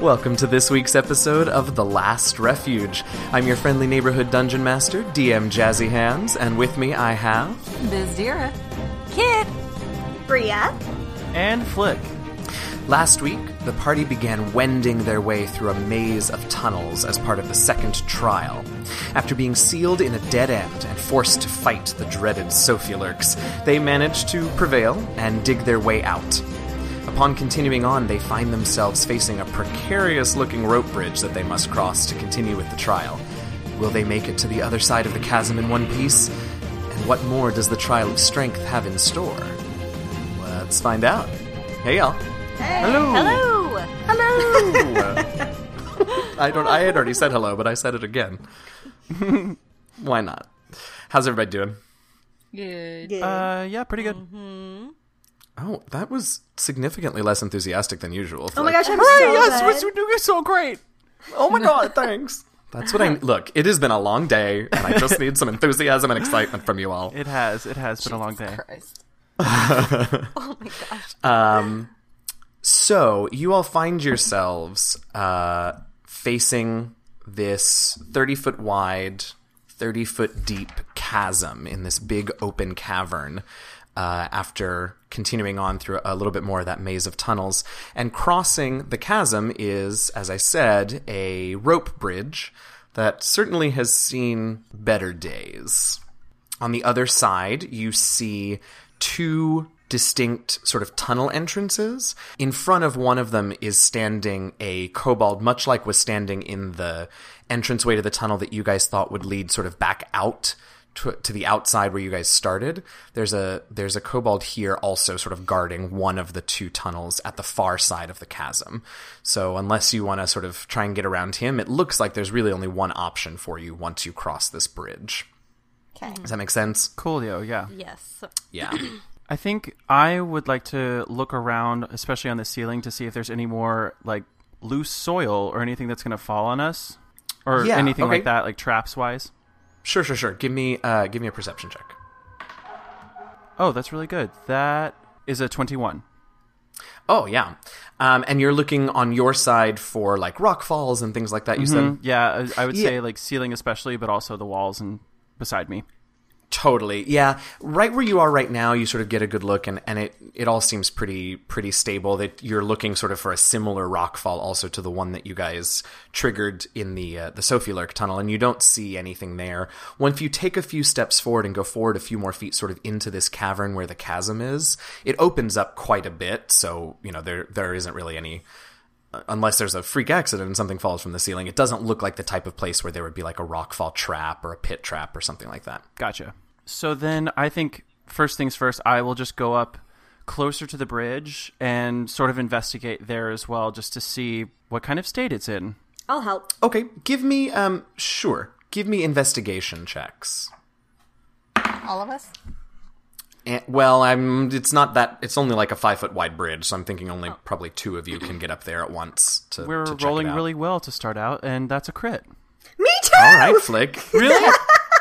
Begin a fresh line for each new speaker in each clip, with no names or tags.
Welcome to this week's episode of The Last Refuge. I'm your friendly neighborhood dungeon master, DM Jazzy Hands, and with me I have.
Biz Dira. Kit.
Bria.
And Flick.
Last week, the party began wending their way through a maze of tunnels as part of the second trial. After being sealed in a dead end and forced to fight the dreaded Sophiolurks, they managed to prevail and dig their way out. Upon continuing on, they find themselves facing a precarious looking rope bridge that they must cross to continue with the trial. Will they make it to the other side of the chasm in one piece? And what more does the trial of strength have in store? Let's find out. Hey y'all. Hello.
Hello.
I don't I had already said hello, but I said it again. Why not? How's everybody doing?
Good.
Good.
Uh, yeah, pretty good.
Oh, that was significantly less enthusiastic than usual.
oh my gosh, I'm so
yes,
good.
what's we're doing so great. Oh my god, thanks.
That's what I look. It has been a long day, and I just need some enthusiasm and excitement from you all.
It has, it has been a long day.
Christ.
So you all find yourselves uh, facing this thirty foot wide, thirty foot deep chasm in this big open cavern. Uh, after continuing on through a little bit more of that maze of tunnels, and crossing the chasm is, as I said, a rope bridge that certainly has seen better days. On the other side, you see two distinct sort of tunnel entrances. In front of one of them is standing a kobold, much like was standing in the entranceway to the tunnel that you guys thought would lead sort of back out to, to the outside where you guys started. There's a there's a kobold here also sort of guarding one of the two tunnels at the far side of the chasm. So unless you want to sort of try and get around him, it looks like there's really only one option for you once you cross this bridge.
Okay.
Does that make sense?
Coolio, yeah.
Yes.
Yeah.
I think I would like to look around, especially on the ceiling, to see if there's any more like loose soil or anything that's going to fall on us, or
Yeah,
anything
okay.
like that, like traps wise.
Sure, sure, sure. Give me uh give me a perception check.
Oh, that's really good. That is a twenty-one.
Oh yeah. Um and you're looking on your side for like rock falls and things like that. You
Mm-hmm.
said
Yeah, I, I would
Yeah.
say like ceiling especially, but also the walls and beside me.
totally. Yeah. Right where you are right now, you sort of get a good look and, and it it all seems pretty pretty stable that you're looking sort of for a similar rock fall also to the one that you guys triggered in the uh, the Sophie Lurk tunnel and you don't see anything there. Once you take a few steps forward and go forward a few more feet sort of into this cavern where the chasm is, it opens up quite a bit, so you know there there isn't really any uh, unless there's a freak accident and something falls from the ceiling, it doesn't look like the type of place where there would be like a rockfall trap or a pit trap or something like that.
Gotcha. So then I think first things first, I will just go up closer to the bridge and sort of investigate there as well, just to see what kind of state it's in.
I'll help.
Okay, give me um sure, give me investigation checks.
All of us.
And, Eh, well, I'm it's not that it's only like a 5 foot wide bridge, so I'm thinking only probably two of you can get up there at once to
Oh. We're
to check it
rolling
out.
really well to start out, and that's a crit.
Me too.
All right, Flick.
Really?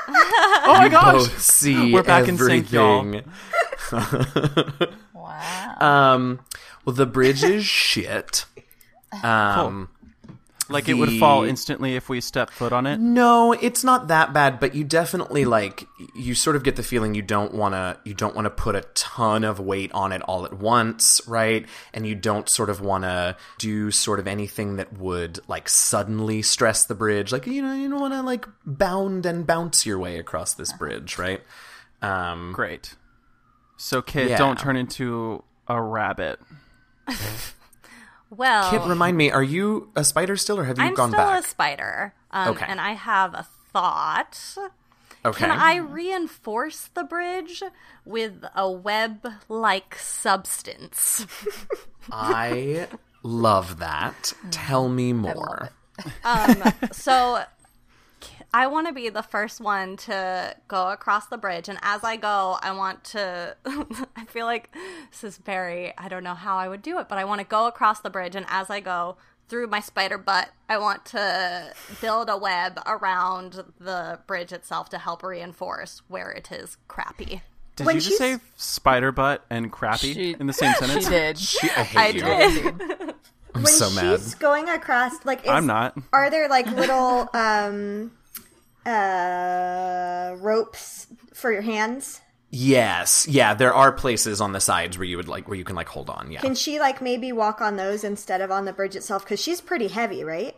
oh my gosh!
Both see
We're back in sync, y'all.
everything.
Wow.
Um well the bridge is shit. Um
Like it would
The- Mm-hmm.
fall instantly if we step foot on it.
No, it's not that bad, but you definitely like you sort of get the feeling you don't want to you don't want to put a ton of weight on it all at once, right? And you don't sort of want to do sort of anything that would like suddenly stress the bridge. Like you know, you don't want to like bound and bounce your way across this bridge, right? Um
Great. So kid,
Yeah.
don't turn into a rabbit.
Well,
Kit, remind me, are you a spider still or have you
Oh. I'm
gone
still
back?
a spider. Um,
Okay.
And I have a thought.
okay.
Can I reinforce the bridge with a web like substance?
I love that. Tell me more.
So I want to be the first one to go across the bridge. And as I go, I want to. I feel like this is very. I don't know how I would do it, but I want to go across the bridge. And as I go through my spider butt, I want to build a web around the bridge itself to help reinforce where it is crappy.
Did
When
you just
she's-
say spider butt and crappy in the same sentence?
She did.
She- I hate
I
you.
did.
I'm
when
so
she's
mad.
going across, like,
Ah.
is,
I'm not.
Are there like little um, uh, ropes for your hands?
Yes, yeah, there are places on the sides where you would like where you can like hold on. Yeah,
Can she like maybe walk on those instead of on the bridge itself? Because she's pretty heavy, right?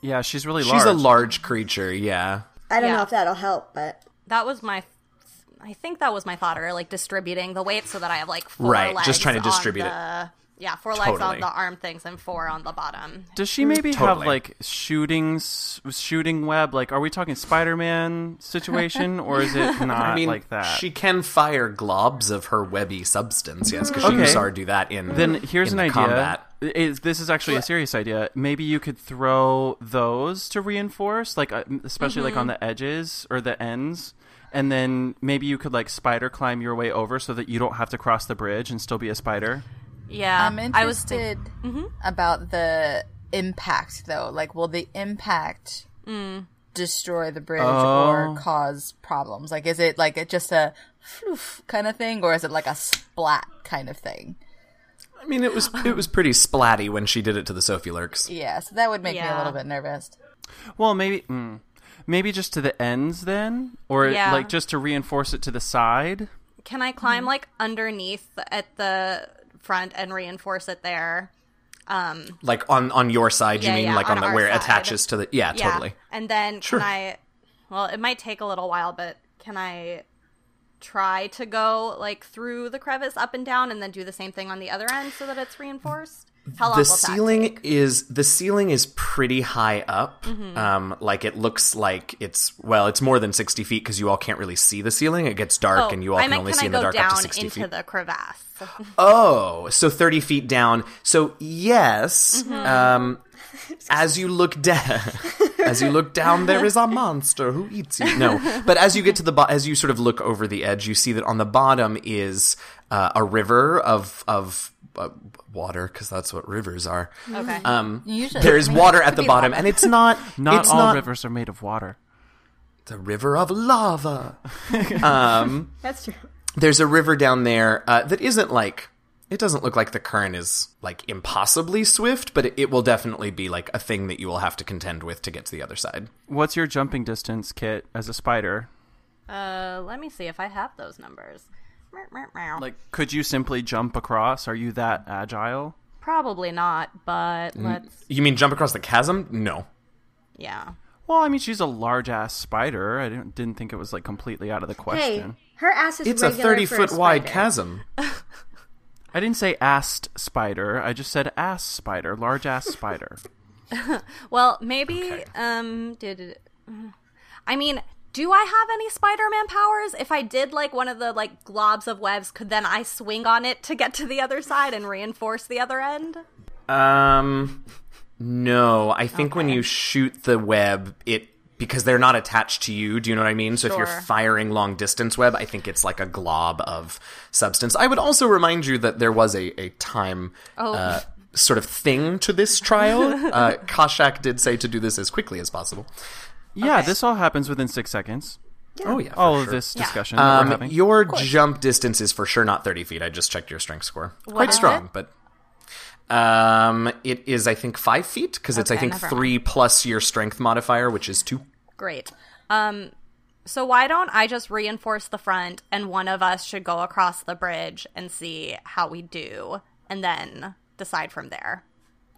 Yeah, she's really large.
she's a large creature. Yeah,
I don't
Yeah.
know if that'll help, but
That was my. I think that was my thought, or like distributing the weight so that I have like four
Right,
legs
just trying to
on
distribute it.
the- Yeah, four legs
Totally.
on the arm things and four on the bottom.
Does she maybe have
Totally.
like shooting s- shooting web? Like, are we talking Spider Man situation, or is it not
I mean
like that?
she can fire globs of her webby substance. Yes, because
Okay.
she saw her do that in
then here's
in
an
the
idea.
combat.
Is- this is actually a serious idea. Maybe you could throw those to reinforce, like uh, especially like on the edges or the ends, and then maybe you could like spider climb your way over so that you don't have to cross the bridge and still be a spider.
Yeah,
I'm
I was thinking. Mm-hmm.
interested about the impact, though. Like, will the impact
Mm.
destroy the bridge
Oh.
or cause problems? Like, is it like it just a floof kind of thing, or is it like a splat kind of thing?
I mean, it was it was pretty splatty when she did it to the Sophie Lurks.
Yeah, so that would make me
Yeah.
a little bit nervous.
Well, maybe mm, maybe just to the ends then, or
Yeah.
like just to reinforce it to the side.
Can I
Mm-hmm.
climb like underneath at the front and reinforce it there?
Like on on your side,
Yeah,
you mean
yeah,
like
on
on, the
our
where it
side.
attaches to the yeah,
Yeah.
totally.
And then
Sure.
can I? Well, it might take a little while, but can I try to go like through the crevice up and down, and then do the same thing on the other end so that it's reinforced? How long
the
will
ceiling is the ceiling is pretty high up
Mm-hmm.
um like it looks like it's well it's more than 60 feet because you all can't really see the ceiling it gets dark
that take?
and you all
Oh, I
can
meant,
only
can
see
I
in the
go
dark up
down
to 60
into
feet
the crevasse?
oh so 30 feet down so yes
Mm-hmm.
um as you look down as you look down there is a monster who eats you no but as you get to the bo- as you sort of look over the edge you see that on the bottom is uh, a river of of uh, water because that's what rivers are
Okay.
Um,
Usually,
there is
I mean,
water
it
at
could
the
be
bottom,
lava.
and it's not
Not
it's
all
not
rivers are made of water.
the river of lava. Um,
that's true.
There's a river down there uh, that isn't like it doesn't look like the current is like impossibly swift, but it, it will definitely be like a thing that you will have to contend with to get to the other side.
What's your jumping distance, Kit, as a spider?
Uh, let me see if I have those numbers. Meow, meow, meow.
Like, could you simply jump across? Are you that agile?
Probably not, but let's.
You mean jump across the chasm? No.
Yeah.
Well, I mean, she's a large ass spider. I didn't, didn't think it was like completely out of the
Hey,
question.
her ass is
It's a
regular
30
for
foot wide
spider.
chasm.
I didn't say assed spider. I just said ass spider, large ass spider.
Well, maybe um did I mean, do I have any Spider-Man powers? If I did like one of the like globs of webs, could then I swing on it to get to the other side and reinforce the other end?
Um, no, I think when you shoot the web, it because they're not attached to you. Do you know what I mean? So if
Sure.
you're firing long distance web, I think it's like a glob of substance. I would also remind you that there was a a time. Uh, Sort of thing to this trial. Uh, Koshak did say to do this as quickly as possible.
Yeah, this all happens within six seconds.
Oh yeah, for
All of
sure.
this discussion that we're
Um,
having.
your jump distance is for sure not 30 feet. I just checked your strength score. Quite
is
strong, but um, it is, I think, five feet because it's, I
Okay,
think,
never
three plus your strength modifier, which is two.
Great. Um so why don't I just reinforce the front and one of us should go across the bridge and see how we do and then decide from there.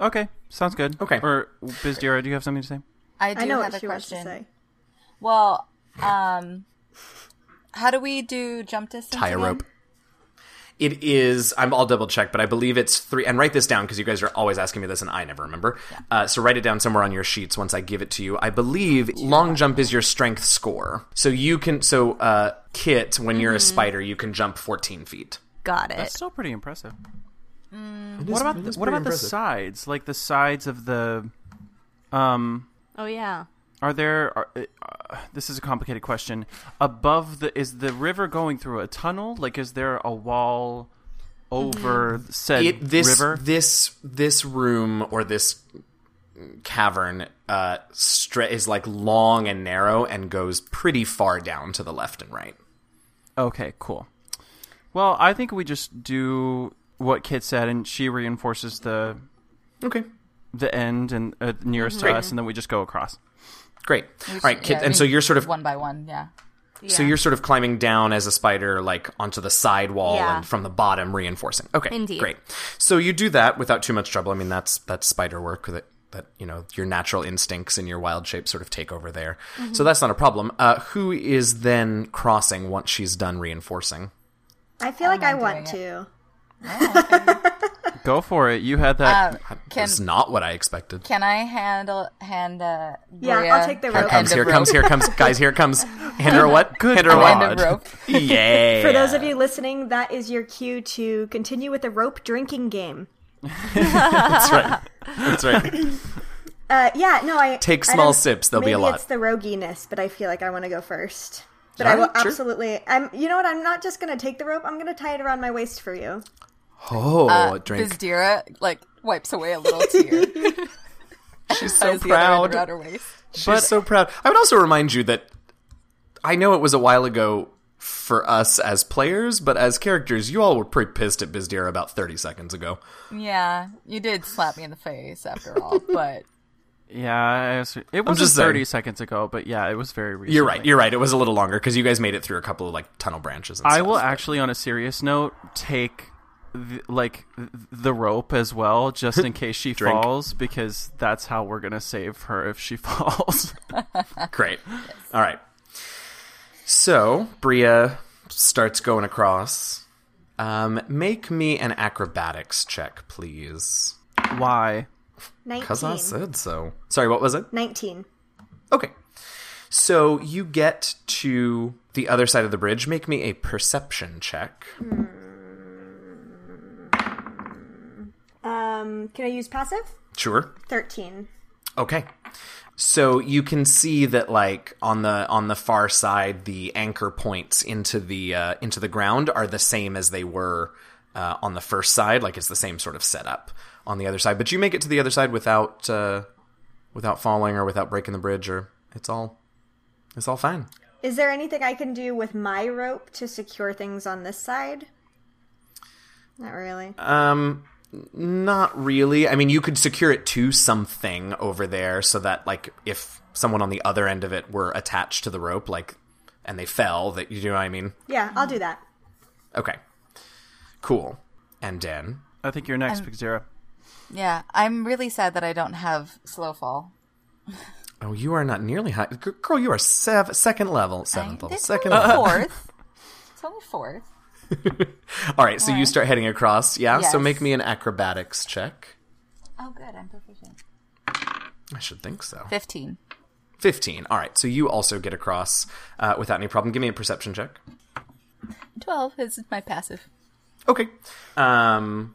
Okay, sounds good.
Okay.
Or Bizdira, do you have something to say?
I do
I know
have
what
a
she wants to
question.
say.
Well, um, how do we do jump distance?
Tie a
again?
rope. It is, I'm, I'll double check, but I believe it's three. And write this down because you guys are always asking me this and I never remember. Uh, so write it down somewhere on your sheets once I give it to you. I believe long jump is your strength score. So you can, so uh, Kit, when you're a
Mm-hmm.
spider, you can jump 14 feet.
Got it.
That's still pretty impressive. what about the, what about the sides? Like the sides of the um
oh yeah.
Are there? Are, uh, this is a complicated question. Above the is the river going through a tunnel? Like, is there a wall over said
Mm-hmm. it this
river?
this this room or this cavern uh stra- is like long and narrow and goes pretty far down to the left and right
okay, cool. Well, I think we just do what Kit said, and she reinforces the
Okay.
the end and uh, nearest
Mm-hmm.
to us, and then we just go across.
Great. All right, kid.
Yeah,
and
we-
so you're sort of
one by one. Yeah.
so
Yeah.
you're sort of climbing down as a spider, like onto the side wall
Yeah.
and from the bottom, reinforcing. Okay,
Indeed.
great. So you do that without too much trouble. I mean, that's that's spider work that that you know your natural instincts and your wild shape sort of take over there. So that's not a problem. Uh, who is then crossing once she's done reinforcing?
I feel like I want to.
Go for it. You had
Uh,
that.
Can
That's not what I expected.
can I handle hand? Uh,
Yeah, I'll
Gloria
take the
Here
rope.
end
comes,
of
here
rope?
comes, here comes, guys, here comes. Hand her a what? Good Hand her a
God. Hand a
rod.
rope.
yeah.
For those of you listening, that is your cue to continue with the rope drinking game.
that's right. That's right.
Uh, yeah, no, I
Take
I
small
don't-
sips, there'll be
maybe
a lot.
it's the roguiness, but I feel like I want to go first. But I
Alright,
will
sure.
absolutely. I'm. You know what? I'm not just gonna take the rope. I'm gonna tie it around my waist for you.
Oh,
Uh,
drink.
Vizdira like wipes away a little tear.
She's
Ties
so
the other end
proud.
around her waist.
She's so proud. I would also remind you that I know it was a while ago for us as players, but as characters, you all were pretty pissed at Bizdira about 30 seconds ago.
Yeah, you did slap me in the face after all, but
yeah, I was- it was
just
just thirty
saying.
seconds ago, but yeah, it was very recent.
You're right. You're right. It was a little longer because you guys made it through a couple of like tunnel branches. And
I
stuff.
will actually, on a serious note, take th- like th- the rope as well, just in case she
Drink.
falls, because that's how we're gonna save her if she falls.
Great. All right. So Bria starts going across. Um, make me an acrobatics check, please.
Why?
Because I
Nineteen.
said so. Sorry, what was it?
Nineteen.
Okay. So you get to the other side of the bridge. Make me a perception check.
Um, can I use passive?
Sure.
Thirteen.
Okay. So you can see that like on the on the far side the anchor points into the uh, into the ground are the same as they were uh, on the first side like it's the same sort of setup on the other side but you make it to the other side without uh, without falling or without breaking the bridge or it's all it's all fine.
Is there anything I can do with my rope to secure things on this side? Not really.
Uh, Not really. I mean, you could secure it to something over there so that, like, if someone on the other end of it were attached to the rope, like, and they fell, that you know what I mean?
yeah, I'll do that.
Okay. Cool. And then.
I think you're
Um,
next, Pixera.
yeah, I'm really sad that I don't have slow fall.
Oh, you are not nearly high. G- Girl, you are sev- second level. Seventh level.
It's
Second
only
level.
fourth. It's only fourth.
All right, so you start heading across. Yeah, so
Yes.
make me an acrobatics check.
Oh, good, I'm proficient.
I should think so.
Fifteen.
15. All right, so you also get across uh, without any problem. Give me a perception check.
Twelve is my passive.
Okay. Um,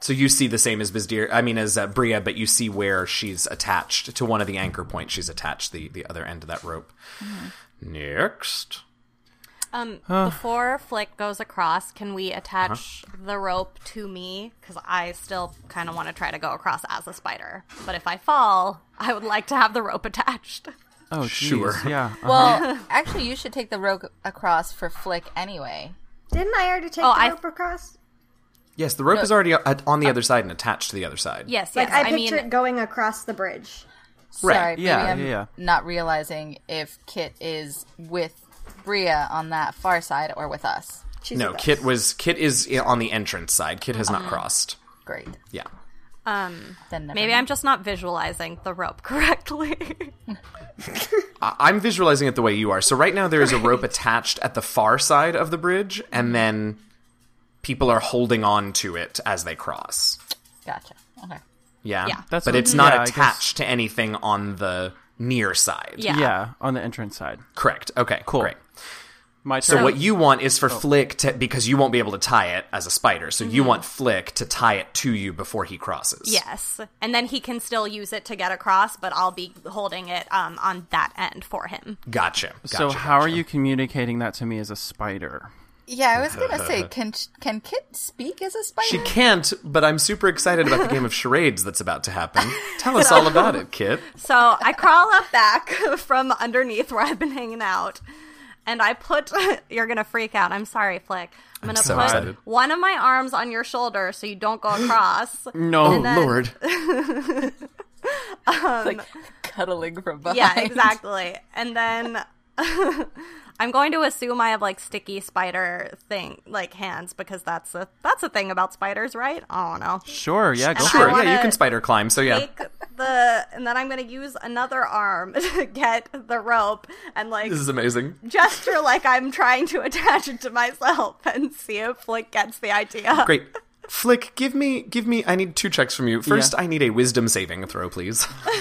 so you see the same as Bizdir, I mean as uh, Bria, but you see where she's attached to one of the anchor points. She's attached the the other end of that rope. Mm-hmm. Next.
Um, before Flick goes across, can we attach the rope to me? Because I still kind of want to try to go across as a spider. But if I fall, I would like to have the rope attached.
Oh, geez.
Sure.
Yeah. uh,
Well, actually, you should take the rope across for Flick anyway.
Didn't I already take
Oh,
the
I-
rope across?
Yes, the rope is already uh, at- on the other side and attached to the other side.
Yes,
Like
yes.
I
I, mean,
picture it going across the bridge.
Right,
Sorry, maybe
yeah,
I'm
yeah, yeah.
not realizing if Kit is with Bria on that far side or with us.
She's
No,
with us.
Kit was Kit is i- on the entrance side. Kit has not crossed.
Great.
Yeah.
um,
Then never
maybe I'm just not visualizing the rope correctly.
I- I'm visualizing it the way you are. So right now there is a rope attached at the far side of the bridge, and then people are holding on to it as they cross.
Gotcha. Okay.
Yeah.
Yeah.
That's
but
what-
it's not
Yeah, I guess-
attached to anything on the near side.
yeah.
Uh, yeah, on the entrance side.
Correct. Okay. Cool. Great.
My
So
turn.
what you want is
Oh.
for Flick to because you won't be able to tie it as a spider. So you want Flick to tie it to you before he crosses.
Yes, and then he can still use it to get across, but I'll be holding it um, on that end for him.
Gotcha. gotcha
so how are
gotcha.
you communicating that to me as a spider?
Yeah, I was gonna say, can can Kit speak as a spider?
She can't, but I'm super excited about the game of charades that's about to happen. Tell us all about it, Kit.
So I crawl up back from underneath where I've been hanging out, and I put you're gonna freak out. I'm sorry, Flick. I'm gonna
so
put
excited.
one of my arms on your shoulder so you don't go across.
No.
Oh
then-
Lord!
like cuddling from behind.
yeah, exactly. And then I'm going to assume I have like sticky spider thing like hands because that's a that's a thing about spiders, right? I don't know.
Sure. Yeah.
And
Go for
I
Sure,
it.
wanna
yeah, you can spider climb. So yeah,
Take the and then I'm gonna use another arm to get the rope and like
this is amazing.
gesture like I'm trying to attach it to myself and see if Flick gets the idea.
Great. Flick, give me, give me. I need two checks from you. First,
Yeah.
I need a wisdom saving throw, please.
I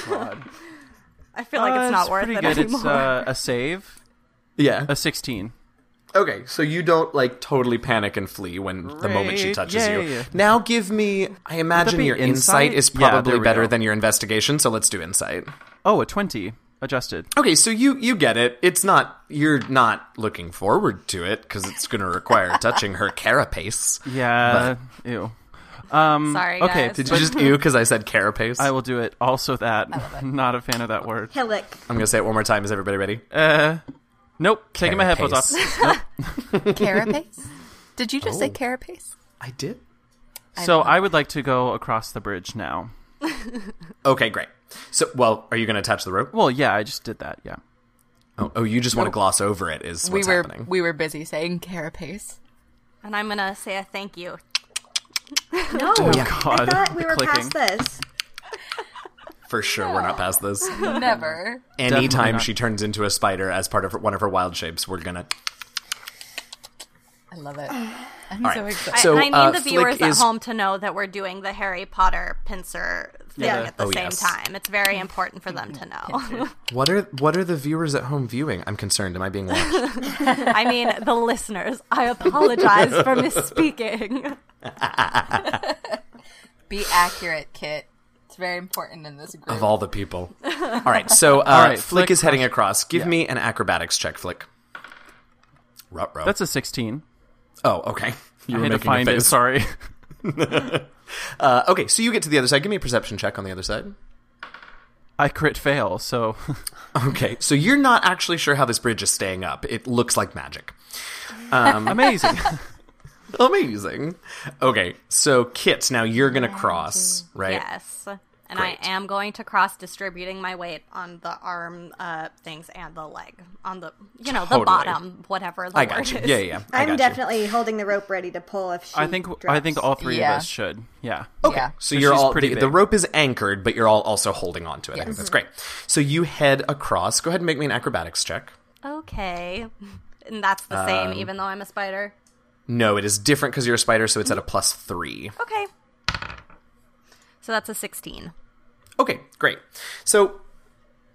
feel like it's
Uh,
not worth
pretty
it
good.
anymore.
It's uh, a save,
yeah.
a sixteen.
Okay, so you don't like totally panic and flee when the moment she
Great,
touches you.
yay.
Now give me. I imagine
be
your insight,
insight?
is
Yeah, there
probably
we
better
go.
than your investigation, so let's do insight.
Oh, a twenty adjusted.
Okay, so you you get it. It's not you're not looking forward to it because it's going to require touching her carapace.
Yeah. Ew. Um,
Sorry,
Okay.
guys.
Mm, Did you just ew because I said carapace?
I
I, am
will do it. Also, that not a fan of that word.
Hillock.
going to say it one more time. Is everybody ready?
Nope. Taking my headphones off.
Carapace.
Nope.
Carapace? Did you just say
Oh.
carapace?
I did.
So I would like to go across the bridge now.
Okay, great. So, well, are you going to attach the rope?
Well, yeah, I just did that. Yeah.
Oh, oh you just want to gloss over it is
We
what's
were
happening.
we were busy saying carapace.
and I'm gonna say a thank you.
No,
God.
I thought we
the
were
clicking.
past this.
For sure, we're not past this.
Never.
Definitely
Anytime
not.
she turns into a spider as part of her, one of her wild shapes, we're gonna.
I love it. I'm
All
so
right.
excited.
I,
So,
and I need
uh,
the
Flick
viewers at
is-
home to know that we're doing the Harry Potter pincer thing
Yeah.
at the
Oh,
same
yes.
time. It's very important for them to know.
What are what are the viewers at home viewing? I'm concerned. Am I being watched?
I mean, the listeners. I apologize for misspeaking.
Be accurate, Kit. It's very important in this group.
of all the people. All right. So, uh,
right,
Flick, uh,
Flick
is heading
cross-
across. Give
yeah.
me an acrobatics check, Flick. Ruh-roh.
That's a sixteen.
oh, okay. You
I
were
had
making
to
a
find it.
face.
Sorry.
Uh, okay, so you get to the other side. Give me a perception check on the other side.
I crit fail. So
Okay, so you're not actually sure how this bridge is staying up. It looks like magic.
amazing.
Amazing. Okay, so Kit, now you're gonna cross, right?
Yes. And
Great.
I am going to cross distributing my weight on the arm uh, things and the leg. On the, you know, the
Totally.
bottom, whatever the
I
word
got you.
is.
Yeah, yeah. yeah. I
I'm
got you.
definitely holding the rope ready to pull if she
I think I
drops.
think all three
Yeah.
of us should. Yeah.
Yeah.
So
So
you're
she's
all
pretty
the,
big.
the rope is anchored, but you're all also holding on to it. I think that's great. So you head across. Go ahead and make me an acrobatics check.
Okay. And that's the
Um,
same, even though I'm a spider.
No, it is different because you're a spider, so it's at a plus three.
Okay. So that's a 16.
Okay, great. So,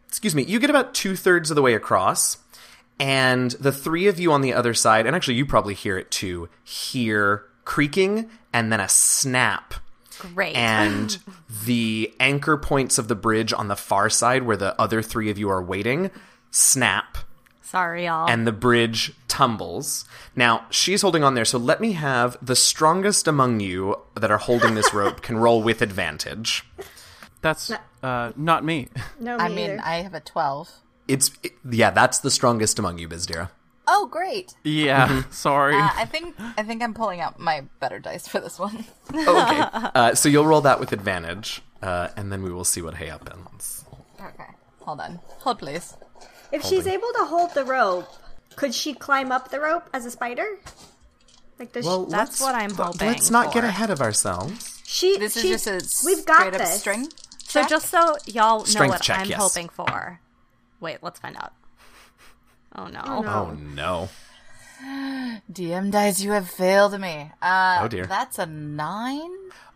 excuse me, you get about two thirds of the way across, and the three of you on the other side, and actually you probably hear it too, hear creaking and then a snap
Great.
and the anchor points of the bridge on the far side where the other three of you are waiting snap
Sorry, y'all.
and the bridge tumbles now she's holding on there so let me have the strongest among you that are holding this rope can roll with advantage
That's uh, not me.
No, me
I mean,
either.
I have a 12.
it's it- yeah that's the strongest among you bizdira
Oh, great.
Yeah.
Mm-hmm.
Sorry.
Uh, I think I think I'm pulling out my better dice for this one.
okay uh, so you'll roll that with advantage uh, and then we will see what happens
Okay. Hold on. Hold please.
if she's able to hold the rope, could she climb up the rope as a spider? Like does
well
she,
let's-
That's what I'm hoping
let's not get
for.
ahead of ourselves
she?
This is
she-
just a s-
we've got
straight up
this.
string.
so just so y'all know
Strength
what
check,
I'm
yes.
hoping for. Wait, let's find out. Oh no.
oh no
DM dice, you have failed me. Uh,
Oh, dear.
That's a nine.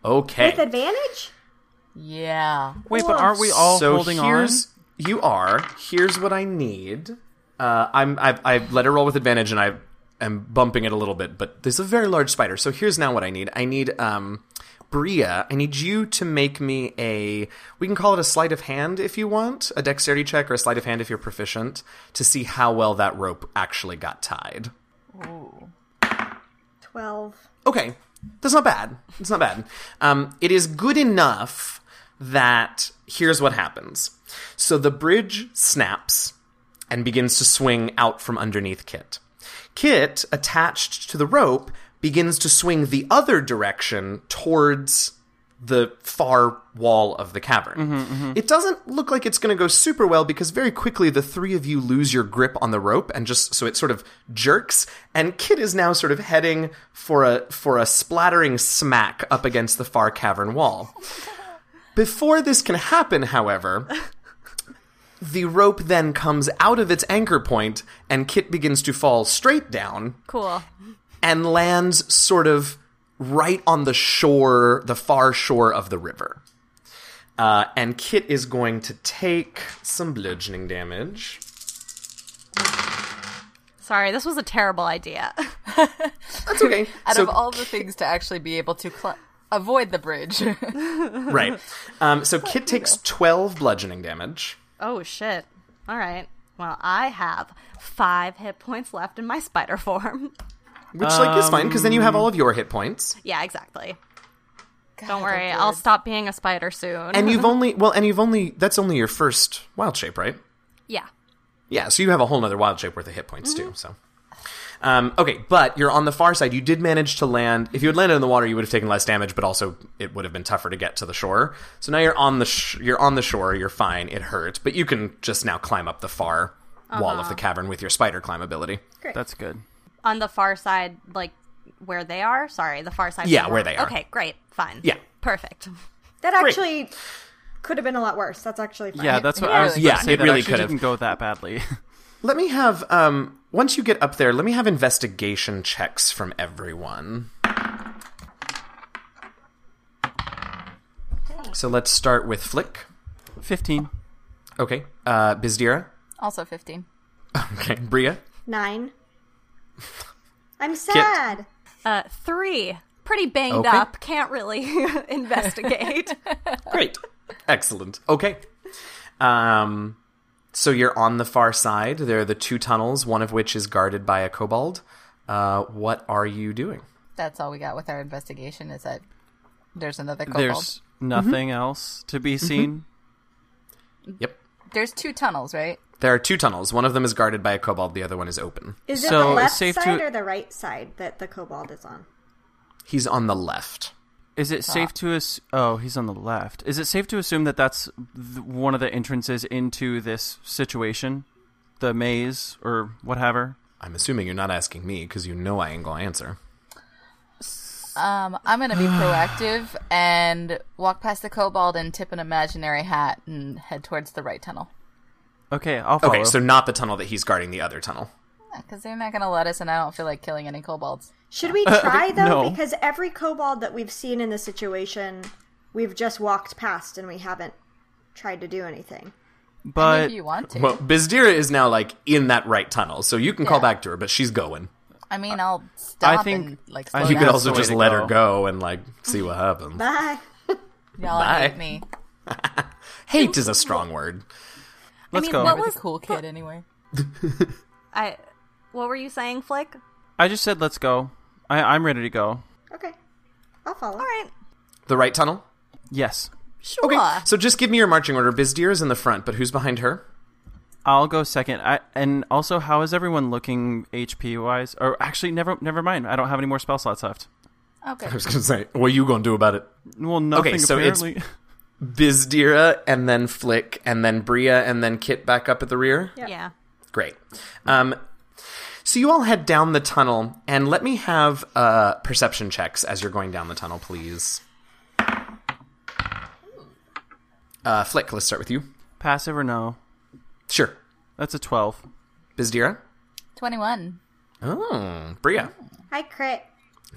okay
With advantage?
Yeah.
Wait, but aren't we all
so
holding
here's, You are. Here's what I need. Uh, I'm. I've, I've let it roll with advantage, and I am bumping it a little bit. But there's a very large spider. So here's now what I need. I need um, Bria. I need you to make me a. We can call it a sleight of hand if you want, a dexterity check or a sleight of hand if you're proficient, to see how well that rope actually got tied.
Twelve.
Okay, that's not bad. It's not bad. Um, it is good enough that here's what happens. So the bridge snaps, and begins to swing out from underneath Kit. Kit, attached to the rope, begins to swing the other direction towards the far wall of the cavern. It doesn't look like it's going to go super well because very quickly the three of you lose your grip on the rope and just so it sort of jerks and Kit is now sort of heading for a for a splattering smack up against the far cavern wall. Before this can happen, however, the rope then comes out of its anchor point and Kit begins to fall straight down
Cool.
and lands sort of right on the shore, the far shore of the river. Uh, and Kit is going to take some bludgeoning damage.
Sorry, this was a terrible idea.
That's okay.
Out
So-
of all the things to actually be able to cl- avoid the bridge.
right. Um, so Kit takes 12 bludgeoning damage.
oh shit. All right. Well, I have five hit points left in my spider form.
Which like is fine because then you
Um,
have all of your hit points,
yeah, exactly.
God,
Don't worry,
that
I'll
bird.
stop being a spider soon.
and you've only well, and you've only that's only your first wild shape, right?
yeah.
Yeah, so you have a whole nother wild shape worth of hit points too. So, um, okay, but you're on the far side. You did manage to land. If you had landed in the water, you would have taken less damage, but also it would have been tougher to get to the shore. So now you're on the sh- you're on the shore. You're fine. It hurt, but you can just now climb up the far wall of the cavern with your spider climb ability.
That's good.
On the far side, like where they are? Sorry, the far side. of
Yeah,
the
where
world.
they are.
Okay, great. Fine.
Yeah.
Perfect.
That actually could have been a lot worse. That's actually fine.
Yeah, that's what I was
really
about
Yeah,
to say.
it
that
really
actually
could've.
didn't go that badly.
Let me have um, once you get up there. Let me have investigation checks from everyone. So let's start with Flick.
15.
Okay, uh, Bizdira.
Also 15.
Okay, Bria.
nine. I'm sad.
Uh, three. Pretty banged
Okay.
up. Can't really investigate.
Great. Excellent. Okay. Um, so you're on the far side. There are the two tunnels, one of which is guarded by a kobold. Uh, what are you doing?
That's all we got with our investigation is that there's another kobold.
There's nothing else to
Mm-hmm.
be seen.
Yep.
there's two tunnels, right?
There are two tunnels. One of them is guarded by a kobold. The other one is open.
Is it
So,
the
it's
left
safe to-
side or the right side that the kobold is on?
He's on the left.
Is it safe to ass- Oh, he's on the left. Is it safe to assume that that's th- one of the entrances into this situation, the maze or whatever?
I'm assuming you're not asking me because you know I ain't gonna answer.
Um, I'm gonna be proactive and walk past the kobold and tip an imaginary hat and head towards the right tunnel.
Okay, I'll follow.
Okay, so not the tunnel that he's guarding. The other tunnel.
Because Uh, they're not gonna let us, and I don't feel like killing any kobolds.
Should we try though?
Uh, no.
Because every kobold that we've seen in this situation, we've just walked past and we haven't tried to do anything.
but
if you want to,
Well, Bizdira is now like in that right tunnel, so you can call
Yeah.
back to her, but she's going.
I mean, I'll stop
think-
and like
I
slow
You
think
down.
could
Oh, That's
also
the way
just
to
let her
go.
go and like see what happens.
Bye.
Y'all
Bye.
hate me.
Hate is a strong word.
I
let's
mean,
go.
what
We're
was
the cool kid anyway.
I? What were you saying, Flick?
I just said let's go. I- I'm ready to go.
Okay, I'll follow.
All right.
The right tunnel?
Yes,
Sure.
Okay. So just give me your marching order. Bizdira is in the front, but who's behind her?
I'll go second. I, and also, how is everyone looking HP wise? Or actually, never, never mind. I don't have any more spell slots left.
Okay.
I was going to say, what are you going to do about it?
Well, nothing
so it's-
apparently.
Bizdira and then Flick and then Bria and then Kit back up at the rear?
Yeah.
Great. Um, so you all head down the tunnel, and let me have uh, perception checks as you're going down the tunnel, please. Uh, Flick, let's start with you.
Passive or no?
Sure.
That's a twelve.
Bizdira?
Twenty-one.
Oh, Bria.
Hi, crit.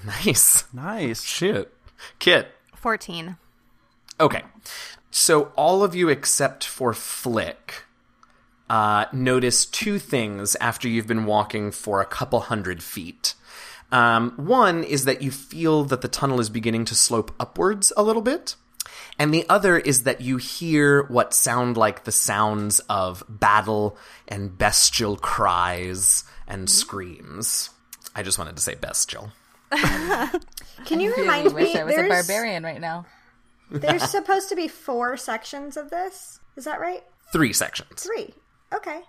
Nice.
Nice.
Shit. Kit.
Fourteen.
Okay. So all of you except for Flick uh, notice two things after you've been walking for a couple hundred feet. Um, one is that you feel that the tunnel is beginning to slope upwards a little bit. And the other is that you hear what sound like the sounds of battle and bestial cries and screams. I just wanted to say bestial.
Can you
Really
remind
wish
me?
I was a
There's,
barbarian right now.
there's supposed to be four sections of this. Is that right?
Three sections.
Three. Okay.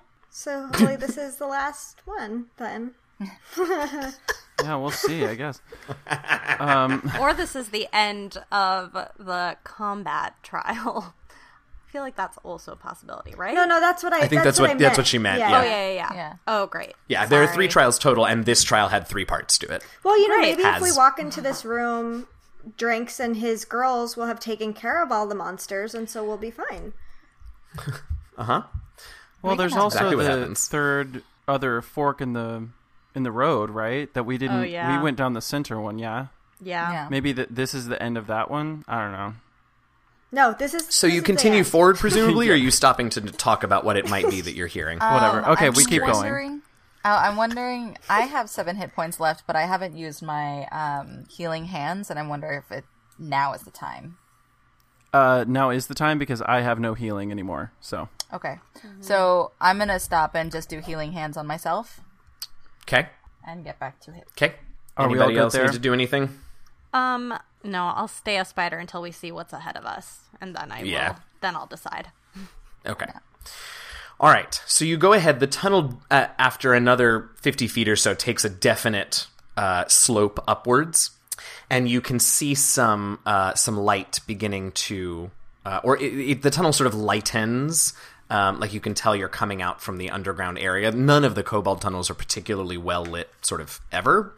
So hopefully this is the last one then.
Yeah, we'll see. I guess.
or this is the end of the combat trial. I feel like that's also a possibility, right?
No, no, that's what I.
I think that's
what,
what-
I
that's what she meant, yeah.
Oh yeah, yeah, yeah.
Yeah.
Oh great.
Yeah, there are three
Sorry.
trials total, and this trial had three parts to it.
Well, you know,
Great.
maybe if we
Has.
walk into this room, Drinks and his girls will have taken care of all the monsters, and so we'll be fine.
Uh huh.
Well, there's
have
also
Exactly what
the
happens.
third other fork in the in the road, right? That we didn't.
yeah.
We went down the center one. Yeah.
Yeah.
Yeah.
Maybe that this is the end of that one. I don't know.
No, this is.
So
this
you
is the
continue
end.
forward, presumably, or are you stopping to talk about what it might be that you're hearing?
Uh,
Whatever.
Um,
okay,
I'm
we
just
keep going.
wondering- Oh, I'm wondering. I have seven hit points left, but I haven't used my um, healing hands, and I'm wondering if it now is the time.
Uh, now is the time because I have no healing anymore. So
Okay, so I'm gonna stop and just do healing hands on myself
Okay.
and get back to hit.
Okay.
Are we all
Anybody
good
else
there?
need to do anything?
Um. No, I'll stay a spider until we see what's ahead of us, and then I
Yeah.
will. Then I'll decide.
Okay. All right. So you go ahead. The tunnel, uh, after another 50 feet or so, takes a definite uh, slope upwards, and you can see some uh, some light beginning to, uh, or it, it, the tunnel sort of lightens. Um, like you can tell, you're coming out from the underground area. None of the cobalt tunnels are particularly well lit, sort of ever.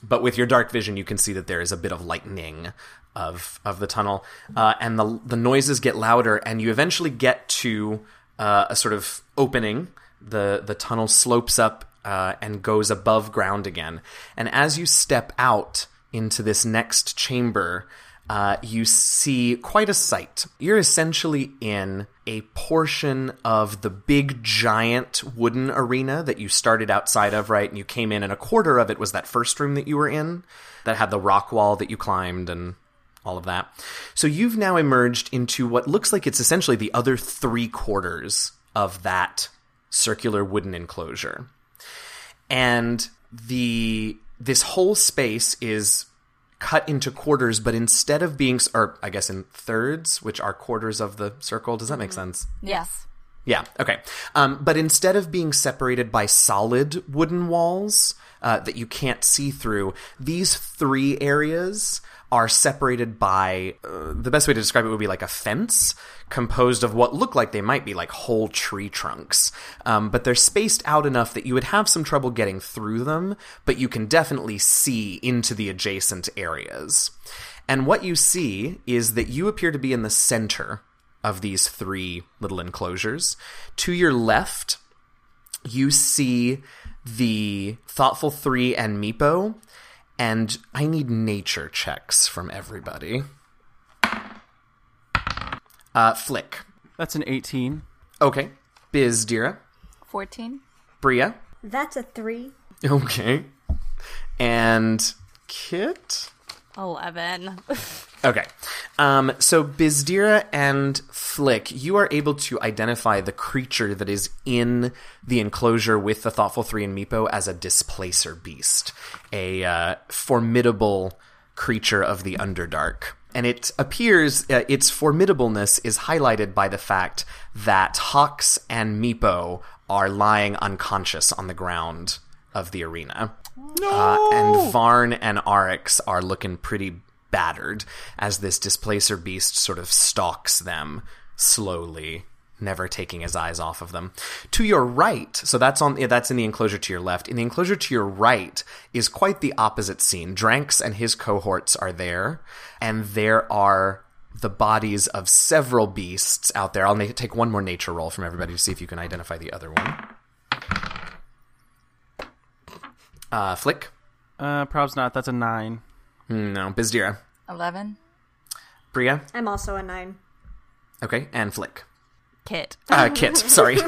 But with your dark vision, you can see that there is a bit of lightning of of the tunnel, uh, and the the noises get louder, and you eventually get to uh, a sort of opening. the The tunnel slopes up uh, and goes above ground again, and as you step out into this next chamber, uh, you see quite a sight. You're essentially in a portion of the big giant wooden arena that you started outside of, right? And you came in, and a quarter of it was that first room that you were in that had the rock wall that you climbed and all of that. So you've now emerged into what looks like it's essentially the other three quarters of that circular wooden enclosure. And the this whole space is cut into quarters, but instead of being, s- or I guess in thirds, which are quarters of the circle. Does that make sense?
Yes.
Yeah. Okay. Um, but instead of being separated by solid wooden walls uh, that you can't see through, these three areas are separated by uh, the best way to describe it would be like a fence composed of what look like they might be like whole tree trunks um, but they're spaced out enough that you would have some trouble getting through them but you can definitely see into the adjacent areas and what you see is that you appear to be in the center of these three little enclosures. To your left, you see the Thoughtful Three and Meepo, and I need nature checks from everybody. Uh, Flick.
that's an 18.
Okay. Biz Dira.
Fourteen.
Bria.
That's a three.
Okay. And Kit.
Eleven.
Okay. Um, so Bizdira and Flick, you are able to identify the creature that is in the enclosure with the Thoughtful Three and Meepo as a displacer beast, a uh, formidable creature of the Underdark. And it appears uh, its formidableness is highlighted by the fact that Hawks and Meepo are lying unconscious on the ground of the arena. Uh, and Varn and Arix are looking pretty battered as this displacer beast sort of stalks them slowly, never taking his eyes off of them. To your right, so that's on yeah, that's in the enclosure to your left. In the enclosure to your right is quite the opposite scene. Dranks and his cohorts are there, and there are the bodies of several beasts out there. I'll na- take one more nature roll from everybody to see if you can identify the other one. Uh, Flick? Hmm,
Uh, prob's not. That's a nine.
No, Bizdira.
Eleven.
Bria?
I'm also a nine.
Okay, and Flick.
Kit.
Uh, Kit, sorry.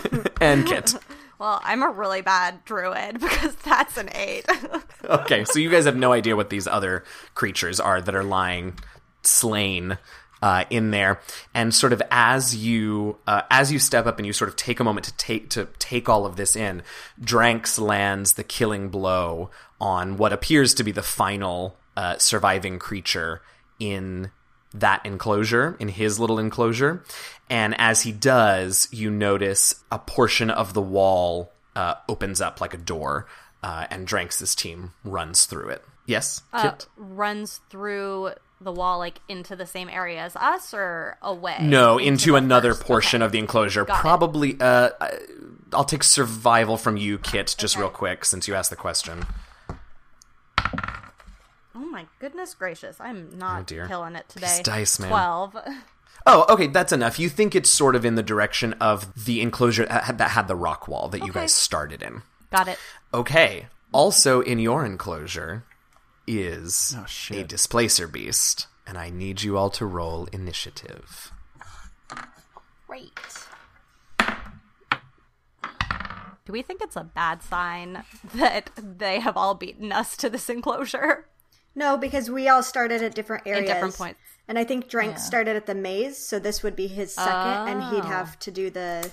and Kit.
Well, I'm a really bad druid because that's an eight.
Okay, so you guys have no idea what these other creatures are that are lying slain uh, in there, and sort of as you uh, as you step up and you sort of take a moment to take to take all of this in, Dranks lands the killing blow on what appears to be the final uh, surviving creature in that enclosure, in his little enclosure. And as he does, you notice a portion of the wall uh, opens up like a door, uh, and Dranks' team runs through it. Yes,
uh,
Kit?
runs through the wall like into the same area as us or away
No, into
the
another
first-
portion
okay.
of the enclosure.
Got it.
Probably, uh, I- I'll take survival from you, Kit, just real quick, since you asked the question.
oh my goodness gracious i'm not
Oh, dear.
killing it today
These dice, man.
12
Oh, okay, that's enough. You think it's sort of in the direction of the enclosure that had- that had the rock wall that you
Okay.
guys started in.
got it
Okay. Also, in your enclosure is
shit.
a displacer beast, and I need you all to roll initiative.
Great.
do we think it's a bad sign that they have all beaten us to this enclosure
No, because we all started at different areas.
different points.
And I think Drank started at the maze, so this would be his second, and
Oh.
he'd have to do the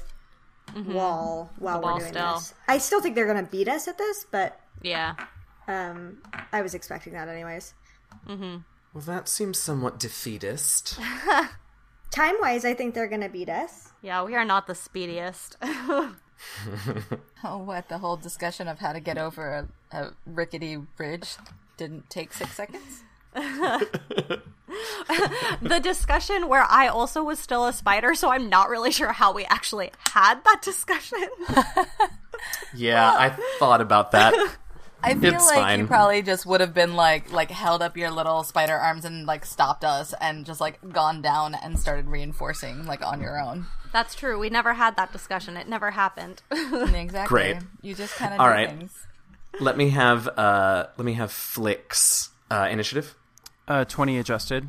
wall while
Mm-hmm. wall
we're doing
still.
this. I still think they're going to beat us at this, but
yeah
um, I was expecting that anyways.
Well, that seems somewhat defeatist.
Time wise, I think they're going to beat us.
yeah we are not the speediest
Oh, what? The whole discussion of how to get over a, a rickety bridge didn't take six seconds?
the discussion where i also was still a spider so i'm not really sure how we actually had that discussion
yeah, I thought about that.
I feel
It's
like
fine.
you probably just would have been like, like held up your little spider arms and like stopped us and just like gone down and started reinforcing like on your own.
that's true we never had that discussion it never happened
Exactly.
Great.
You just kind of
All
do
right.
things.
let me have uh let me have Flicks uh initiative.
Uh, twenty adjusted.